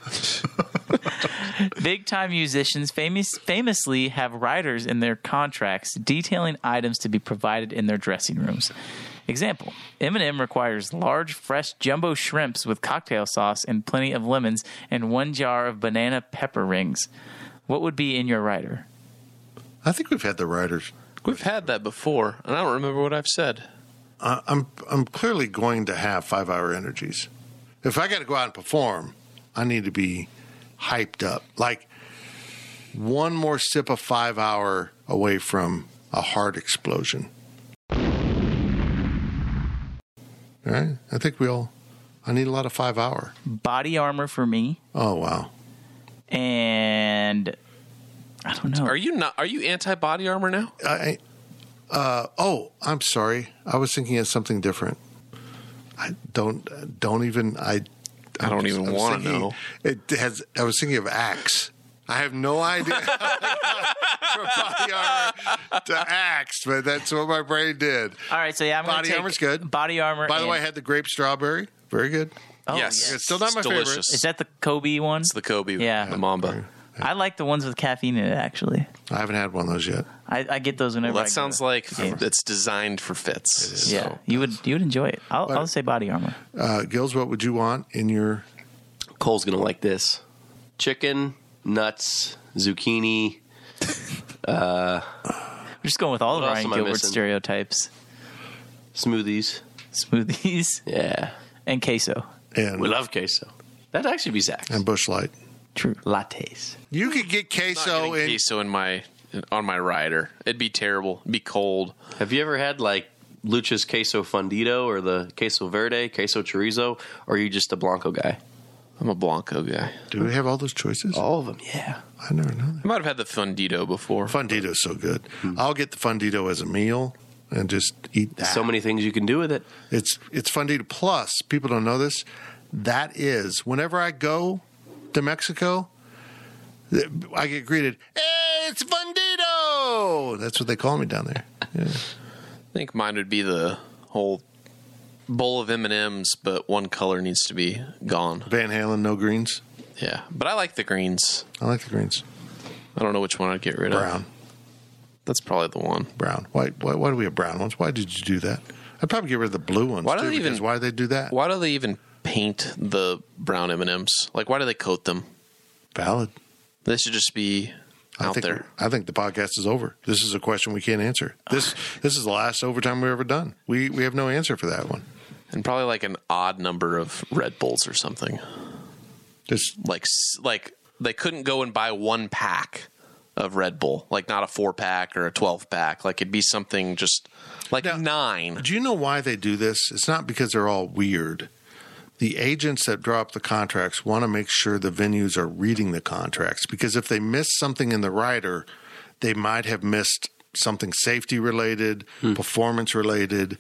Speaker 6: Big time musicians famous, famously have riders in their contracts detailing items to be provided in their dressing rooms. Example Eminem requires large, fresh jumbo shrimps with cocktail sauce and plenty of lemons and one jar of banana pepper rings. What would be in your rider?
Speaker 3: I think we've had the writers.
Speaker 7: We've had that before, and I don't remember what I've said.
Speaker 3: I, I'm I'm clearly going to have five hour energies. If I got to go out and perform, I need to be hyped up. Like one more sip of five hour away from a heart explosion. All right, I think we all. I need a lot of five hour.
Speaker 6: Body armor for me,
Speaker 3: Oh wow.
Speaker 6: and I don't know.
Speaker 7: Are you not? Are you anti body armor now?
Speaker 3: I, uh, oh, I'm sorry. I was thinking of something different. I don't don't even I.
Speaker 7: I don't even
Speaker 3: was
Speaker 7: wanna
Speaker 3: thinking-
Speaker 7: know.
Speaker 3: It has. I was thinking of axe. I have no idea [laughs] how they got from body armor to axe, but that's what my brain did.
Speaker 6: All right, so yeah, I'm gonna
Speaker 3: body
Speaker 6: take
Speaker 3: armor's good.
Speaker 6: Body armor.
Speaker 3: By the
Speaker 6: and-
Speaker 3: way, I had the grape strawberry. Very good.
Speaker 6: Oh,
Speaker 7: yes.
Speaker 3: It's still not my favorite.
Speaker 7: delicious.
Speaker 6: Is that the Kobe one?
Speaker 7: It's the Kobe,
Speaker 6: Yeah.
Speaker 7: the Mamba.
Speaker 6: I like the ones with caffeine in it. Actually,
Speaker 3: I haven't had one of those yet.
Speaker 6: I, I get those whenever.
Speaker 7: Well,
Speaker 6: I
Speaker 7: that
Speaker 6: go.
Speaker 7: sounds like it's designed for fits.
Speaker 6: Yeah, you would you would enjoy it. I'll, I'll say body armor.
Speaker 3: Uh, Gills, what would you want in your?
Speaker 4: [laughs] Cole's gonna like this: chicken, nuts, zucchini. Uh,
Speaker 6: We're just going with all
Speaker 4: What
Speaker 6: of
Speaker 4: else
Speaker 6: Ryan
Speaker 4: am I
Speaker 6: Gilbert's
Speaker 4: missing?
Speaker 6: stereotypes:
Speaker 4: smoothies.
Speaker 6: smoothies [laughs]
Speaker 4: Yeah,
Speaker 6: and queso.
Speaker 3: And,
Speaker 4: we love queso. That'd actually be Zach.
Speaker 3: and bushlight.
Speaker 6: True.
Speaker 4: Lattes.
Speaker 3: You could get queso
Speaker 7: getting
Speaker 3: in
Speaker 7: queso in my on my rider. It'd be terrible. It'd be cold.
Speaker 4: Have you ever had like Lucha's queso fundido or the queso verde, queso chorizo, or are you just a blanco guy?
Speaker 7: I'm a blanco guy.
Speaker 3: Do we have all those choices?
Speaker 4: All of them. Yeah.
Speaker 3: I never know that.
Speaker 7: I might have had the fundido before.
Speaker 3: Fundito's so good. I'll get the Fundito as a meal and just eat that.
Speaker 4: So many things you can do with it.
Speaker 3: It's it's Fundito plus. People don't know this. That is whenever I go to Mexico, th- I get greeted. Hey, it's Fundito. That's what they call me down there.
Speaker 7: I think mine would be the whole bowl of M and M's, but one color needs to be gone.
Speaker 3: Van Halen, no greens.
Speaker 7: Yeah, but I like the greens.
Speaker 3: I like the greens.
Speaker 7: I don't know which one I'd get rid of.
Speaker 3: Brown,
Speaker 7: That's probably the one.
Speaker 3: brown. Why, why why do we have brown ones? Why did you do that? I'd probably get rid of the blue ones.
Speaker 7: Why do
Speaker 3: too,
Speaker 7: they
Speaker 3: because
Speaker 7: even-
Speaker 3: Why do they do that?
Speaker 7: Why do they even paint the brown M and M's? Like, why do they coat them?
Speaker 3: Valid.
Speaker 7: They should just be
Speaker 3: I
Speaker 7: out
Speaker 3: think
Speaker 7: there.
Speaker 3: I think the podcast is over. This is a question we can't answer.
Speaker 7: [sighs]
Speaker 3: This this is the last overtime we've ever done. We we have no answer for that one.
Speaker 7: and probably like an odd number of Red Bulls or something.
Speaker 3: Just
Speaker 7: Like s- like they couldn't go and buy one pack of Red Bull, like not a four pack or a twelve pack. Like it'd be something just Like nine.
Speaker 3: Do you know why they do this? It's not because they're all weird. The agents that draw up the contracts want to make sure the venues are reading the contracts because if they miss something in the rider, they might have missed something safety related, performance related.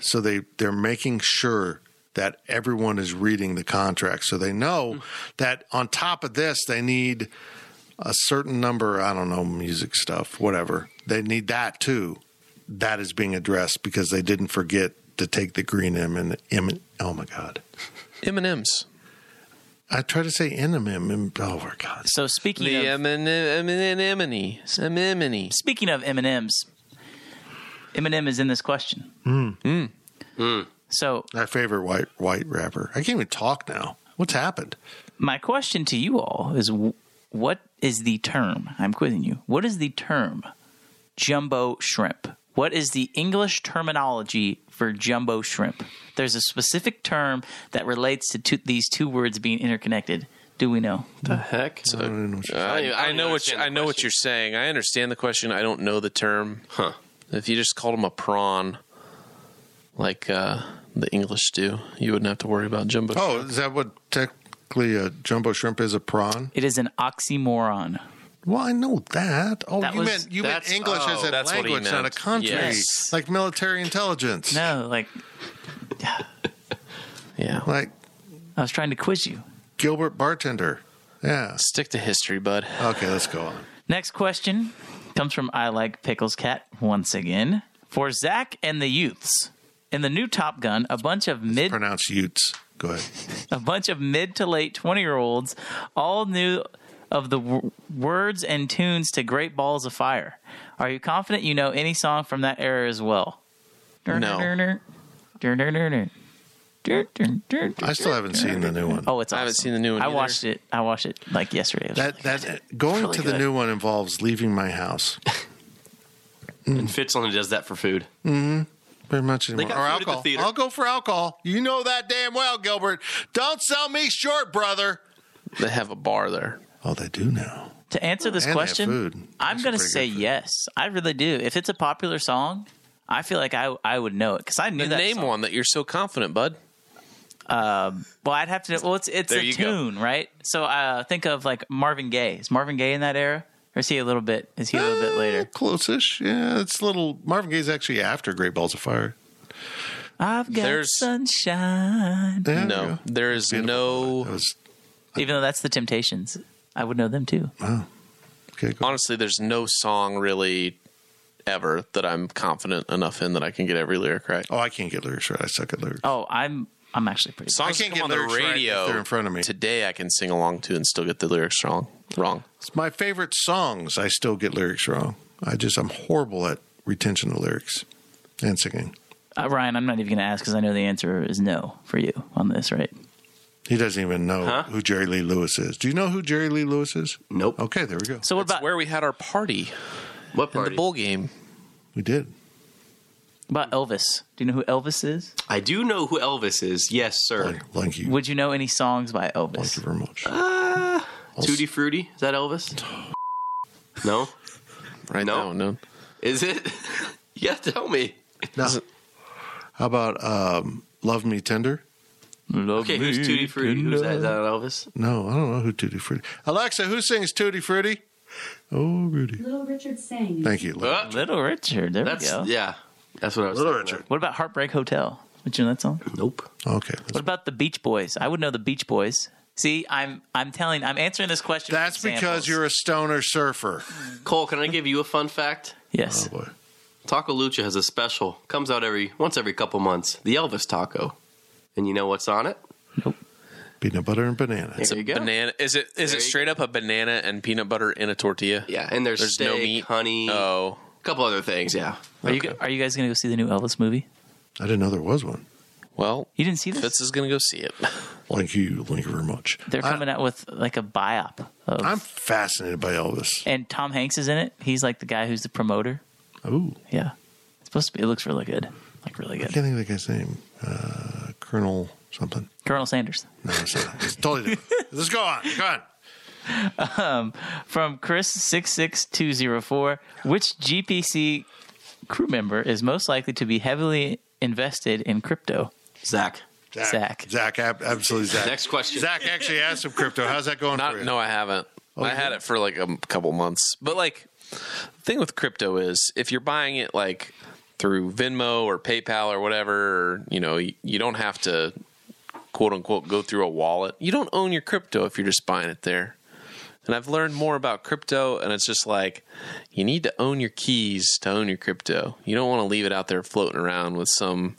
Speaker 3: So they, they're making sure that everyone is reading the contract. So they know that on top of this, they need a certain number, I don't know, music stuff, whatever. They need that too. That is being addressed because they didn't forget to take the green M and M. Oh my God.
Speaker 7: M and M's.
Speaker 3: I try to say M and M. Oh my God.
Speaker 6: So speaking
Speaker 7: The
Speaker 6: of
Speaker 7: M and M and M and M
Speaker 6: speaking of M and M's, Eminem is in this question.
Speaker 7: Hmm.
Speaker 6: Hmm.
Speaker 3: Mm.
Speaker 6: So
Speaker 3: our favorite white white rapper. I can't even talk now. What's happened?
Speaker 6: My question to you all is: wh- What is the term? I'm quizzing you. What is the term jumbo shrimp? What is the English terminology for jumbo shrimp? There's a specific term that relates to two, these two words being interconnected. Do we know?
Speaker 7: The heck? I,
Speaker 4: even- I
Speaker 7: I
Speaker 4: don't
Speaker 7: know what you,
Speaker 4: even understand the
Speaker 7: I know what
Speaker 4: question.
Speaker 7: you're saying. I understand the question. I don't know the term. Huh? If you just called him a prawn, like uh, the English do, you wouldn't have to worry about jumbo.
Speaker 3: Oh, is that what technically a jumbo shrimp is? A prawn?
Speaker 6: It is an oxymoron.
Speaker 3: Well, I know that. Oh,
Speaker 6: That
Speaker 3: you
Speaker 6: was-
Speaker 3: meant you
Speaker 6: that's-
Speaker 3: meant English
Speaker 6: oh,
Speaker 3: as a
Speaker 6: that's what he
Speaker 3: language, not a
Speaker 6: meant.
Speaker 3: country,
Speaker 6: Yes.
Speaker 3: like military intelligence.
Speaker 6: No, like
Speaker 7: yeah,
Speaker 3: like
Speaker 6: I was trying to quiz you.
Speaker 3: Gilbert Bartender. Yeah,
Speaker 7: stick to history, bud.
Speaker 3: Okay, let's go on.
Speaker 6: Next question comes from I Like Pickles Cat once again. For Zach and the youths. In the new Top Gun, a bunch of mid
Speaker 3: pronounced youths. Go ahead.
Speaker 6: a bunch of mid to late 20 year olds all knew of the w- words and tunes to Great Balls of Fire. Are you confident you know any song from that era as well?
Speaker 7: No.
Speaker 3: I still haven't seen the new one.
Speaker 6: Oh, it's
Speaker 7: I haven't seen the new one.
Speaker 6: I
Speaker 7: either.
Speaker 6: watched it. I watched it like yesterday. It was
Speaker 3: That that going
Speaker 6: really
Speaker 3: to the
Speaker 6: good.
Speaker 3: new one involves leaving my house.
Speaker 4: And Fitz only does that for food.
Speaker 3: Mm-hmm. Very much
Speaker 4: They
Speaker 3: anymore. Or
Speaker 4: got food at the
Speaker 3: alcohol.
Speaker 4: theater.
Speaker 3: I'll go for alcohol. You know that damn well, Gilbert. Don't sell me short, brother.
Speaker 7: They have a bar there.
Speaker 3: Oh, they do now.
Speaker 6: To answer this
Speaker 3: And they have food.
Speaker 6: question, I'm going to say yes. I really do. If it's a popular song, I feel like I I would know it because I knew
Speaker 7: Then
Speaker 6: that.
Speaker 7: name
Speaker 6: song.
Speaker 7: one that you're so confident, bud.
Speaker 6: Um, well, I'd have to. Well, it's it's
Speaker 7: There
Speaker 6: a
Speaker 7: you go.
Speaker 6: tune, right? So uh, think of like Marvin Gaye. Is Marvin Gaye in that era, or is he a little bit? Is he a little bit later?
Speaker 3: Eh, Close-ish. Yeah, it's a little. Marvin Gaye's actually after Great Balls of Fire.
Speaker 6: I've got
Speaker 7: There's-
Speaker 6: sunshine.
Speaker 7: no, there is no.
Speaker 6: Even though that's the Temptations, I would know them too.
Speaker 7: honestly, there's no song really ever that I'm confident enough in that I can get every lyric right.
Speaker 3: Oh, I can't get lyrics right. I suck at lyrics.
Speaker 6: Oh, I'm I'm actually pretty.
Speaker 7: Songs
Speaker 3: I can't
Speaker 7: that come
Speaker 3: get
Speaker 7: on the
Speaker 3: lyrics right if
Speaker 7: radio
Speaker 3: they're in front of me.
Speaker 7: today. I can sing along to and still get the lyrics wrong. Wrong.
Speaker 3: It's my favorite songs. I still get lyrics wrong. I just I'm horrible at retention of lyrics and singing.
Speaker 6: Uh, Ryan, I'm not even going to ask because I know the answer is no for you on this, right?
Speaker 3: He doesn't even know
Speaker 6: Huh?
Speaker 3: who Jerry Lee Lewis is. Do you know who Jerry Lee Lewis is? Nope. Okay, there we go.
Speaker 6: So what about
Speaker 7: where we had our party?
Speaker 4: What
Speaker 7: party? the bowl game.
Speaker 3: We did.
Speaker 6: About Elvis. Do you know who Elvis is?
Speaker 4: I do know who Elvis is. Yes, sir.
Speaker 3: Thank you.
Speaker 6: Would you know any songs by Elvis? Thank you
Speaker 3: very much.
Speaker 6: Ah.
Speaker 4: Uh, Tutti Frutti. Is that Elvis? [laughs] No.
Speaker 7: Right no. no.
Speaker 4: Is it? [laughs] yeah, tell me.
Speaker 3: No. How about um, Love Me Tender?
Speaker 4: okay, who's Tutti Frutti? Who's that? Is that Elvis?
Speaker 3: No, I don't know who Tutti Frutti. Alexa, who sings Tutti Frutti? Oh, Rudy.
Speaker 13: Little Richard sang.
Speaker 3: Thank you. Lil-
Speaker 6: Little Richard. There
Speaker 4: That's-
Speaker 6: we go.
Speaker 4: Yeah, that's what I was.
Speaker 6: Little
Speaker 4: thinking of.
Speaker 6: What about Heartbreak Hotel? Would you know that song?
Speaker 4: Nope.
Speaker 3: Okay.
Speaker 6: What about the Beach Boys? I would know the Beach Boys. See, I'm I'm telling I'm answering this question.
Speaker 3: That's because you're a stoner surfer.
Speaker 4: Cole, can I give you a fun fact?
Speaker 6: Yes.
Speaker 3: Oh boy.
Speaker 4: Taco Lucha has a special. Comes out every once every couple months. The Elvis Taco. And you know what's on it?
Speaker 3: Peanut butter and banana.
Speaker 7: It's
Speaker 4: There
Speaker 7: a
Speaker 4: you go.
Speaker 7: banana. Is it? Is it straight up a banana and peanut butter in a tortilla?
Speaker 4: Yeah, and there's,
Speaker 7: There's
Speaker 4: steak,
Speaker 7: no meat.
Speaker 4: honey,
Speaker 7: Oh,
Speaker 4: a couple other things. Yeah,
Speaker 6: Are you Are you guys gonna go see the new Elvis movie?
Speaker 3: I didn't know there was one.
Speaker 7: Well,
Speaker 6: you didn't see this.
Speaker 7: Fitz is gonna go see it.
Speaker 3: Thank you. Thank you very much.
Speaker 6: They're coming out with like a biop. Of,
Speaker 3: I'm fascinated by Elvis.
Speaker 6: and Tom Hanks is in it. He's like the guy who's the promoter.
Speaker 3: Ooh.
Speaker 6: Yeah, it's supposed to be. It looks really good. Like really
Speaker 3: I
Speaker 6: good.
Speaker 3: can't think of the guy's name. Uh, Colonel something.
Speaker 6: Colonel Sanders.
Speaker 3: No, it's not. [laughs] It's totally different. Let's go on. Go on.
Speaker 6: um, from Chris six six two zero four. Which GPC crew member is most likely to be heavily invested in crypto?
Speaker 4: Zach.
Speaker 6: Zach.
Speaker 3: Zach, ab- absolutely Zach.
Speaker 4: Next question.
Speaker 3: Zach actually asked some crypto. How's that going
Speaker 7: Not,
Speaker 3: for you?
Speaker 7: No, I haven't.
Speaker 3: Oh,
Speaker 7: I had
Speaker 3: really?
Speaker 7: it for like a m- couple months. But like, the thing with crypto is if you're buying it like through Venmo or PayPal or whatever, or, you know, you, you don't have to quote unquote go through a wallet. You don't own your crypto if you're just buying it there. And I've learned more about crypto, and it's just like you need to own your keys to own your crypto. You don't want to leave it out there floating around with some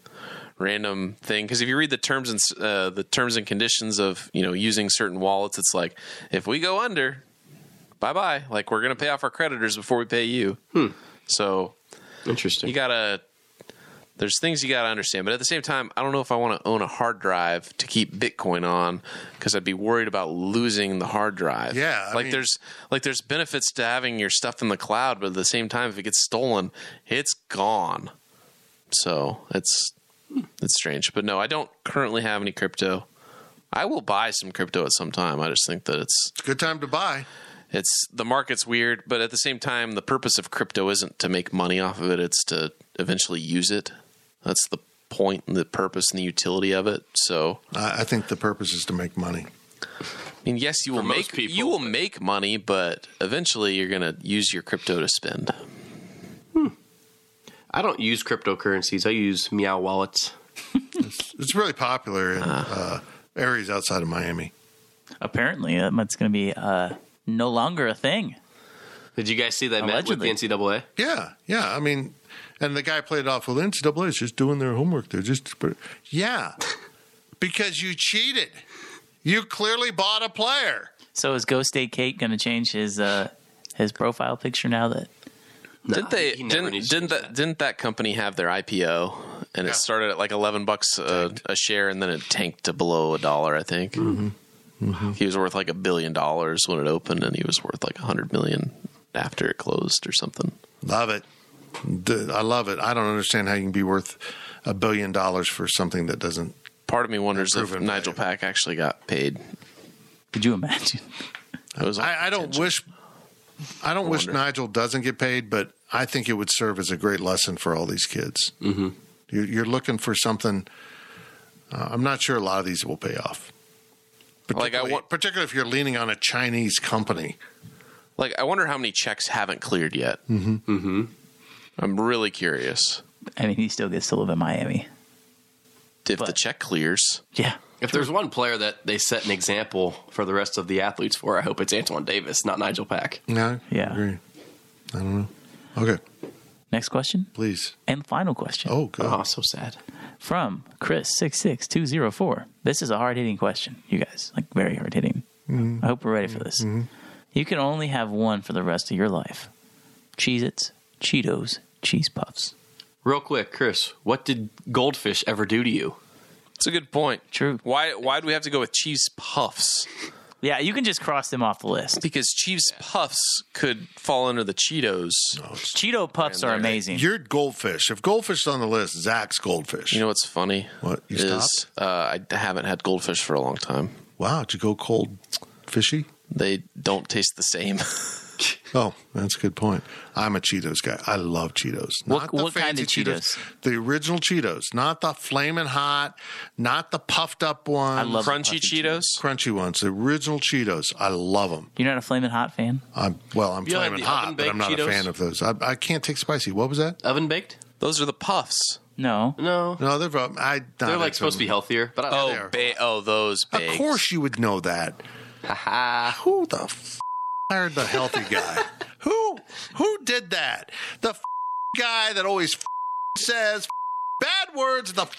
Speaker 7: random thing because if you read the terms and s- uh, the terms and conditions of you know using certain wallets, it's like if we go under, bye bye. Like we're gonna pay off our creditors before we pay you. So
Speaker 4: interesting.
Speaker 7: You gotta. There's things you gotta understand, but at the same time, I don't know if I want to own a hard drive to keep Bitcoin on because I'd be worried about losing the hard drive.
Speaker 3: Yeah, I
Speaker 7: like
Speaker 3: mean-
Speaker 7: there's like there's benefits to having your stuff in the cloud, but at the same time, if it gets stolen, it's gone. So it's it's strange, but no, I don't currently have any crypto. I will buy some crypto at some time. I just think that it's
Speaker 3: Good time to buy.
Speaker 7: it's the market's weird, but at the same time, the purpose of crypto isn't to make money off of it; it's to eventually use it. That's the point, and the purpose, and the utility of it. So,
Speaker 3: I I think the purpose is to make money.
Speaker 7: I mean, yes, you will make you will make money, but eventually, you're going to use your crypto to spend.
Speaker 4: I don't use cryptocurrencies. I use Meow wallets.
Speaker 3: It's really popular in uh, areas outside of Miami.
Speaker 6: Apparently, um, it's going to be uh, no longer a thing.
Speaker 4: Did you guys see that
Speaker 3: met with the
Speaker 4: NCAA?
Speaker 3: Yeah, yeah. I mean, and the guy played it off. Well, the NCAA is just doing their homework. They're just, yeah, because you cheated. You clearly bought a player.
Speaker 6: So is Ghost State Kate going to change his uh, his profile picture now that
Speaker 7: didn't they? Didn't, didn't that, Didn't that company have their IPO, and it started at like eleven bucks a, a share, and then it tanked to below a dollar. I think he was worth like a billion dollars when it opened, and he was worth like a hundred million after it closed or something.
Speaker 3: Love it. D- I love it. I don't understand how you can be worth a billion dollars for something that doesn't.
Speaker 7: Part of me wonders if Nigel Pack actually got paid.
Speaker 6: Could you imagine? [laughs]
Speaker 7: It was
Speaker 3: I, I don't wish. I don't wish Nigel doesn't get paid, but I think it would serve as a great lesson for all these kids. Mm-hmm. You're, you're looking for something. Uh, I'm not sure a lot of these will pay off.
Speaker 7: Like, I
Speaker 3: Particularly-
Speaker 7: want-
Speaker 3: particularly if you're leaning on a Chinese company.
Speaker 7: like I wonder how many checks haven't cleared yet.
Speaker 3: Mm-hmm.
Speaker 7: Mm-hmm. I'm really curious
Speaker 6: I mean, he still gets to live in Miami.
Speaker 7: if the check clears.
Speaker 6: Yeah.
Speaker 4: If there's one player that they set an example for the rest of the athletes for, I hope it's Antoine Davis, not Nigel Pack.
Speaker 3: No.
Speaker 6: Yeah.
Speaker 3: I agree. I don't know. Okay.
Speaker 6: Next question,
Speaker 3: please,
Speaker 6: and final question.
Speaker 3: Oh, good.
Speaker 4: Oh, so sad.
Speaker 6: From Chris six six two zero four. This is a hard hitting question, you guys. Like very hard hitting.
Speaker 3: Mm-hmm.
Speaker 6: I hope we're ready for this. You can only have one for the rest of your life: Cheez Its, Cheetos, Cheese Puffs.
Speaker 4: Real quick, Chris, what did goldfish ever do to you?
Speaker 7: It's a good point.
Speaker 6: True.
Speaker 7: Why why do we have to go with cheese puffs?
Speaker 6: Yeah, you can just cross them off the list.
Speaker 7: Because cheese puffs could fall under the Cheetos.
Speaker 4: Oh,
Speaker 6: Cheeto puffs are amazing.
Speaker 3: You're goldfish. If goldfish is on the list, Zach's goldfish.
Speaker 7: You know what's funny?
Speaker 3: What, you
Speaker 7: is uh, I haven't had goldfish for a long time.
Speaker 3: Wow, did you go cold fishy?
Speaker 7: They don't taste the
Speaker 4: [laughs]
Speaker 7: same.
Speaker 3: Oh, that's a good point. I'm a Cheetos guy. I love Cheetos.
Speaker 6: What-
Speaker 3: the
Speaker 6: what kind of
Speaker 3: fancy The original Cheetos, not the flaming hot, not the puffed up ones.
Speaker 6: I love the Crunchy puffy
Speaker 7: Cheetos.
Speaker 3: Crunchy ones. The original Cheetos. I love them.
Speaker 6: You're not a flaming hot fan.
Speaker 3: I'm well. I'm
Speaker 4: You like
Speaker 3: flaming
Speaker 4: the
Speaker 3: hot, but
Speaker 4: oven-baked
Speaker 3: I'm not a
Speaker 4: Cheetos?
Speaker 3: fan of those. I, I can't take spicy. What was that?
Speaker 4: Oven baked?
Speaker 7: Those are the puffs.
Speaker 6: No.
Speaker 4: No.
Speaker 3: No, they're prob- I. not
Speaker 4: They're like
Speaker 3: into
Speaker 4: supposed to be
Speaker 3: them.
Speaker 4: healthier, but I
Speaker 7: oh,
Speaker 4: they are.
Speaker 7: ba- oh, those
Speaker 3: Of
Speaker 7: baked.
Speaker 3: course, you would know that.
Speaker 7: Ah.
Speaker 3: Who the f- hired the healthy guy? who who did that? The f- guy that always f- says f- bad words at the f-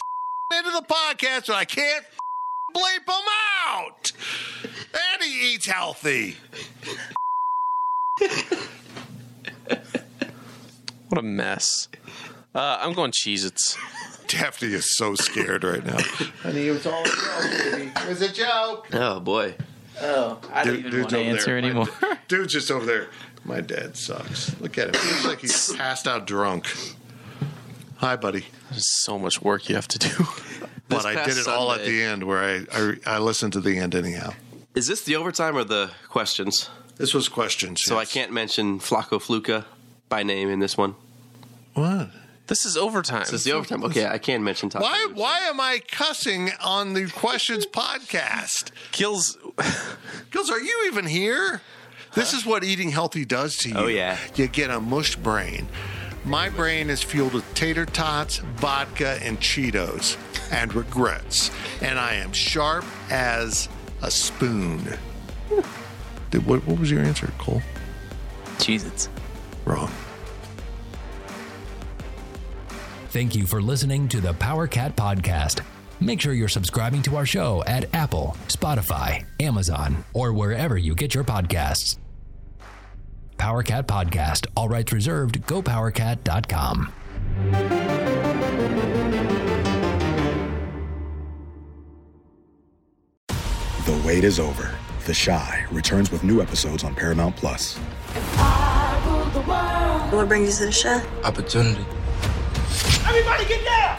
Speaker 3: end of the podcast, and I can't f- bleep them out. And he eats healthy.
Speaker 7: What a mess. Uh, I'm going Cheez Its.
Speaker 3: Daphne is so scared right now. Honey, it was all a joke. Baby. It was a joke.
Speaker 4: Oh, boy.
Speaker 6: Oh, I
Speaker 3: Dude- dude's over there.
Speaker 6: anymore.
Speaker 3: Dude's just over there. My dad sucks. Look at him. He's like he's passed out drunk. Hi, buddy.
Speaker 7: There's so much work you have to do. [laughs]
Speaker 3: But
Speaker 4: This
Speaker 3: I
Speaker 4: past
Speaker 3: did it all at
Speaker 4: Sunday-
Speaker 3: the end where I, I I listened to the end anyhow.
Speaker 4: Is this the overtime or the questions?
Speaker 3: This was questions.
Speaker 4: So I can't mention Flaco Fluca by name in this one.
Speaker 3: What?
Speaker 7: This is overtime.
Speaker 4: This is the overtime. Okay, I can mention Top
Speaker 3: Why? Why am I cussing on the
Speaker 4: [laughs]
Speaker 3: Questions podcast?
Speaker 7: Kills.
Speaker 3: Kills. Are you even here? This is what eating healthy does to you.
Speaker 4: Oh, yeah.
Speaker 3: You get a mush brain. My brain is fueled with tater tots, vodka, and Cheetos, and regrets. And I am sharp as a spoon. Did, what, what was your answer, Cole?
Speaker 6: Cheez Its.
Speaker 3: Wrong.
Speaker 2: Thank you for listening to the Power Cat Podcast. Make sure you're subscribing to our show at Apple, Spotify, Amazon, or wherever you get your podcasts. Power Cat Podcast, all rights reserved, gopowercat.com.
Speaker 13: The wait is over. The Shy returns with new episodes on Paramount Plus.
Speaker 14: What brings you to the show?
Speaker 13: Opportunity.
Speaker 14: Everybody get down!